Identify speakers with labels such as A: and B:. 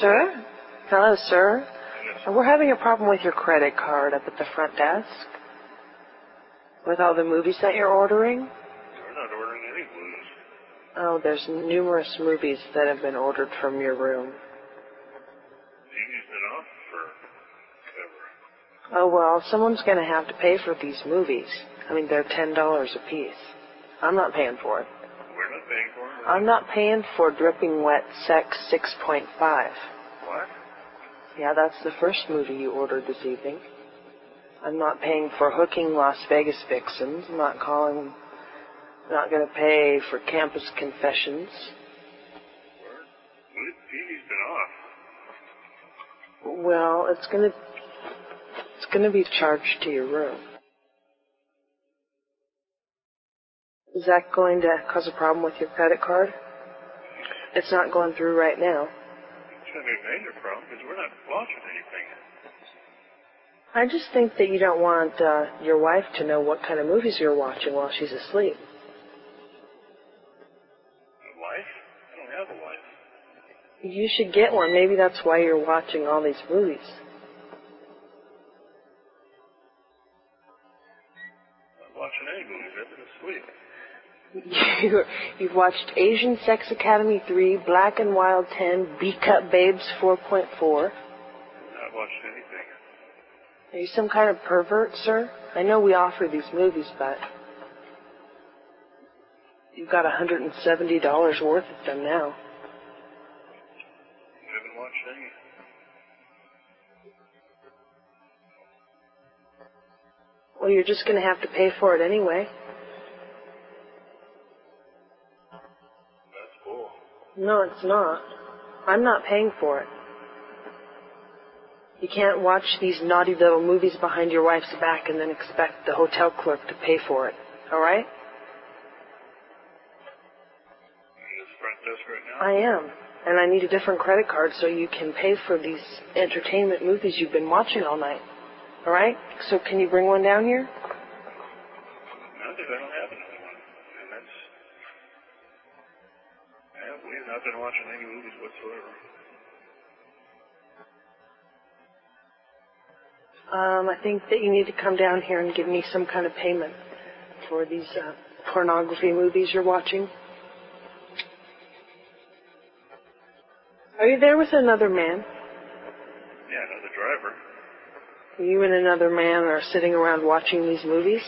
A: Sir? Hello, sir. We're having a problem with your credit card up at the front desk. With all the movies that you're ordering?
B: We're not ordering any movies.
A: Oh, there's numerous movies that have been ordered from your room.
B: TV's been off for ever.
A: Oh, well, someone's going to have to pay for these movies. I mean, they're $10 a piece. I'm not paying for it.
B: We're not paying for them.
A: I'm not paying for Dripping Wet Sex 6.5.
B: What?
A: Yeah, that's the first movie you ordered this evening. I'm not paying for hooking Las Vegas vixens. I'm not calling. Not going to pay for Campus Confessions.
B: We're, we, TV's been off.
A: Well, it's gonna. It's gonna be charged to your room. Is that going to cause a problem with your credit card? It's not going through right now.
B: It's going to be a major problem because we're not watching anything.
A: I just think that you don't want uh, your wife to know what kind of movies you're watching while she's asleep.
B: A wife? I don't have a wife.
A: You should get one. Maybe that's why you're watching all these movies.
B: I'm not watching any movies. I've been asleep.
A: You, you've watched Asian Sex Academy 3, Black and Wild 10, B Cut Babes 4.4.
B: I'm not watching anything.
A: Are you some kind of pervert, sir? I know we offer these movies, but you've got $170 worth of them
B: I
A: now.
B: haven't watched any.
A: Well, you're just going to have to pay for it anyway.
B: That's bull.
A: No, it's not. I'm not paying for it. You can't watch these naughty little movies behind your wife's back and then expect the hotel clerk to pay for it. All right?
B: I'm in this front desk right now.
A: I am. And I need a different credit card so you can pay for these entertainment movies you've been watching all night. All right? So can you bring one down here?
B: No, because I don't have another one. And that's... Yeah, we've not been watching any movies whatsoever.
A: Um, I think that you need to come down here and give me some kind of payment for these uh, pornography movies you're watching. Are you there with another man?
B: Yeah, another driver.
A: You and another man are sitting around watching these movies?